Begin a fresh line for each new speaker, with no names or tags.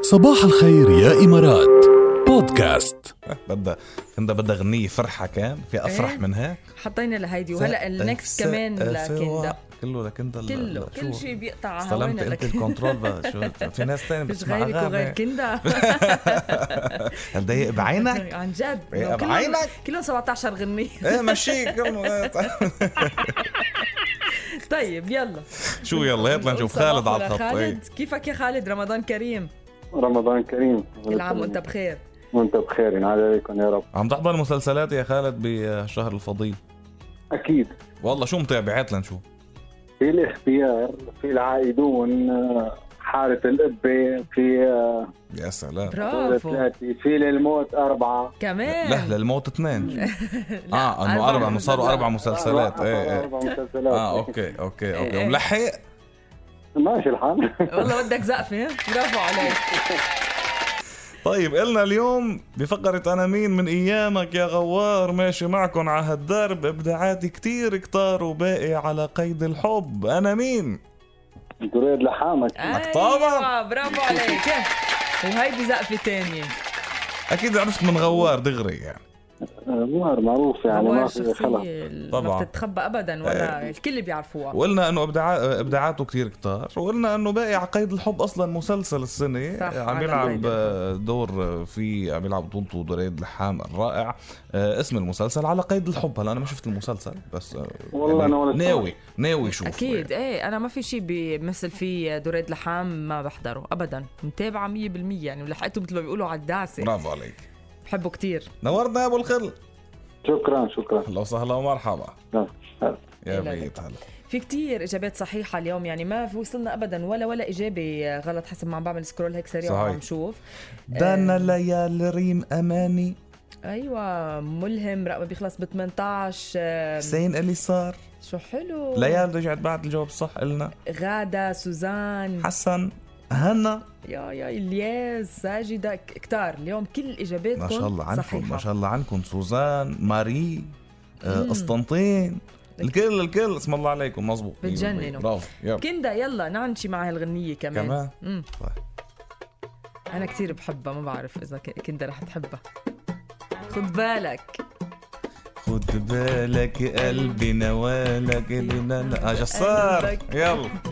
صباح الخير يا إمارات بودكاست
بدها كنت بدها غنية فرحة كان في أفرح
إيه.
منها آه،
حطينا لهيدي وهلا
طيب،
النكست كمان لكندا
كله لكندا
كله كل شيء بيقطع على
استلمت طيب،
هوانا
انت
لكن
الكنترول بقى شو في ناس تانية
مش
بتسمع
غيرك وغير
أغاني
كندا
هل ضيق بعينك؟
عن جد
إيه،
إنه كلهم-
بعينك؟
كلهم 17 غنية
ايه مشيك
طيب يلا
شو يلا هات لنشوف خالد على الخط إيه.
خالد كيفك يا خالد رمضان كريم
رمضان كريم
كل عام وانت بخير
وانت بخير ينعاد عليكم يا رب
عم تحضر مسلسلات يا خالد بشهر الفضيل
اكيد
والله شو متابع هات لنشوف
في الاختيار في العائدون آه، حارة القبة في آه،
يا سلام
دورة
برافو
ثلاثة في للموت أربعة
لا
كمان
للموت اثنين
لا،
اه انه اربع إنه صاروا اربع مسلسلات
أربعة-
ايه ايه
أربع مسلسلات
اه اوكي اوكي
إيه،
اوكي
إيه.
وملحق
ماشي الحال
والله بدك زقفة ها؟ برافو عليك
طيب قلنا اليوم بفقرة أنا مين من أيامك يا غوار ماشي معكم على هالدرب إبداعاتي كتير كتار وباقي على قيد الحب أنا مين؟
تريد لحامك
أيوة،
طبعاً.
برافو عليك ها. وهيدي زقفة تانية
أكيد عرفت من غوار دغري يعني
آه، مهر معروف يعني
هو
ما في خلق
الشخصية اللي
طبعاً. إيه.
ما بتتخبى أبدا ولا الكل بيعرفوها
وقلنا إنه إبداع... إبداعاته كتير كتار وقلنا إنه باقي على قيد الحب أصلا مسلسل السنة
صح،
عم
على
يلعب
قيد
دور في عم يلعب بطولته دريد لحام الرائع آه، اسم المسلسل على قيد الحب هلا أنا ما شفت المسلسل بس آه،
والله أنا ولا
ناوي ناوي يعني. شوف
اكيد ايه انا ما في شيء بيمثل فيه دريد لحام ما بحضره ابدا متابعه 100% يعني ولحقته مثل ما بيقولوا على الدعسه
برافو عليك
بحبه كتير
نورتنا يا ابو الخل
شكرا شكرا
اهلا وسهلا ومرحبا
نعم.
يا
يلا
ميت هلا
في كتير اجابات صحيحه اليوم يعني ما في وصلنا ابدا ولا ولا اجابه غلط حسب ما عم بعمل سكرول هيك سريع
صحيح.
وعم شوف
دانا ليال ريم اماني
ايوه ملهم رقم بيخلص ب 18 آه،
حسين اللي صار
شو حلو
ليال رجعت بعد الجواب الصح قلنا
غاده سوزان
حسن هنا
يا يا الياس ساجده ك- كتار اليوم كل اجاباتكم
ما شاء الله
صحيحة.
عنكم ما شاء الله عنكم سوزان ماري آه، قسطنطين الكل الكل اسم الله عليكم أيوة، مزبوط
بتجننوا.
برافو يلا
كندا يلا نعنشي مع هالغنية كمان
كمان؟
مم.
طيب.
أنا كتير بحبها ما بعرف إذا ك- كندا رح تحبها خد بالك
خد بالك قلبي نوالك آه، جسار
قلبك.
يلا